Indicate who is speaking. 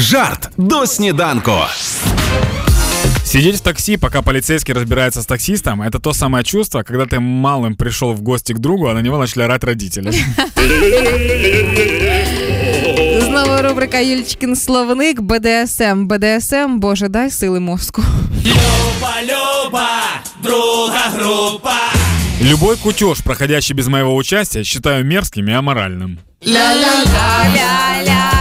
Speaker 1: Жарт до сніданку.
Speaker 2: Сидеть в такси, пока полицейский разбирается с таксистом, это то самое чувство, когда ты малым пришел в гости к другу, а на него начали орать родители.
Speaker 3: Знову рубрика Юльчкін словник БДСМ. БДСМ, боже, дай сили мозку.
Speaker 2: Любой кутеж, проходящий без моего участия, считаю мерзким и аморальным.
Speaker 3: Ля-ля-ля.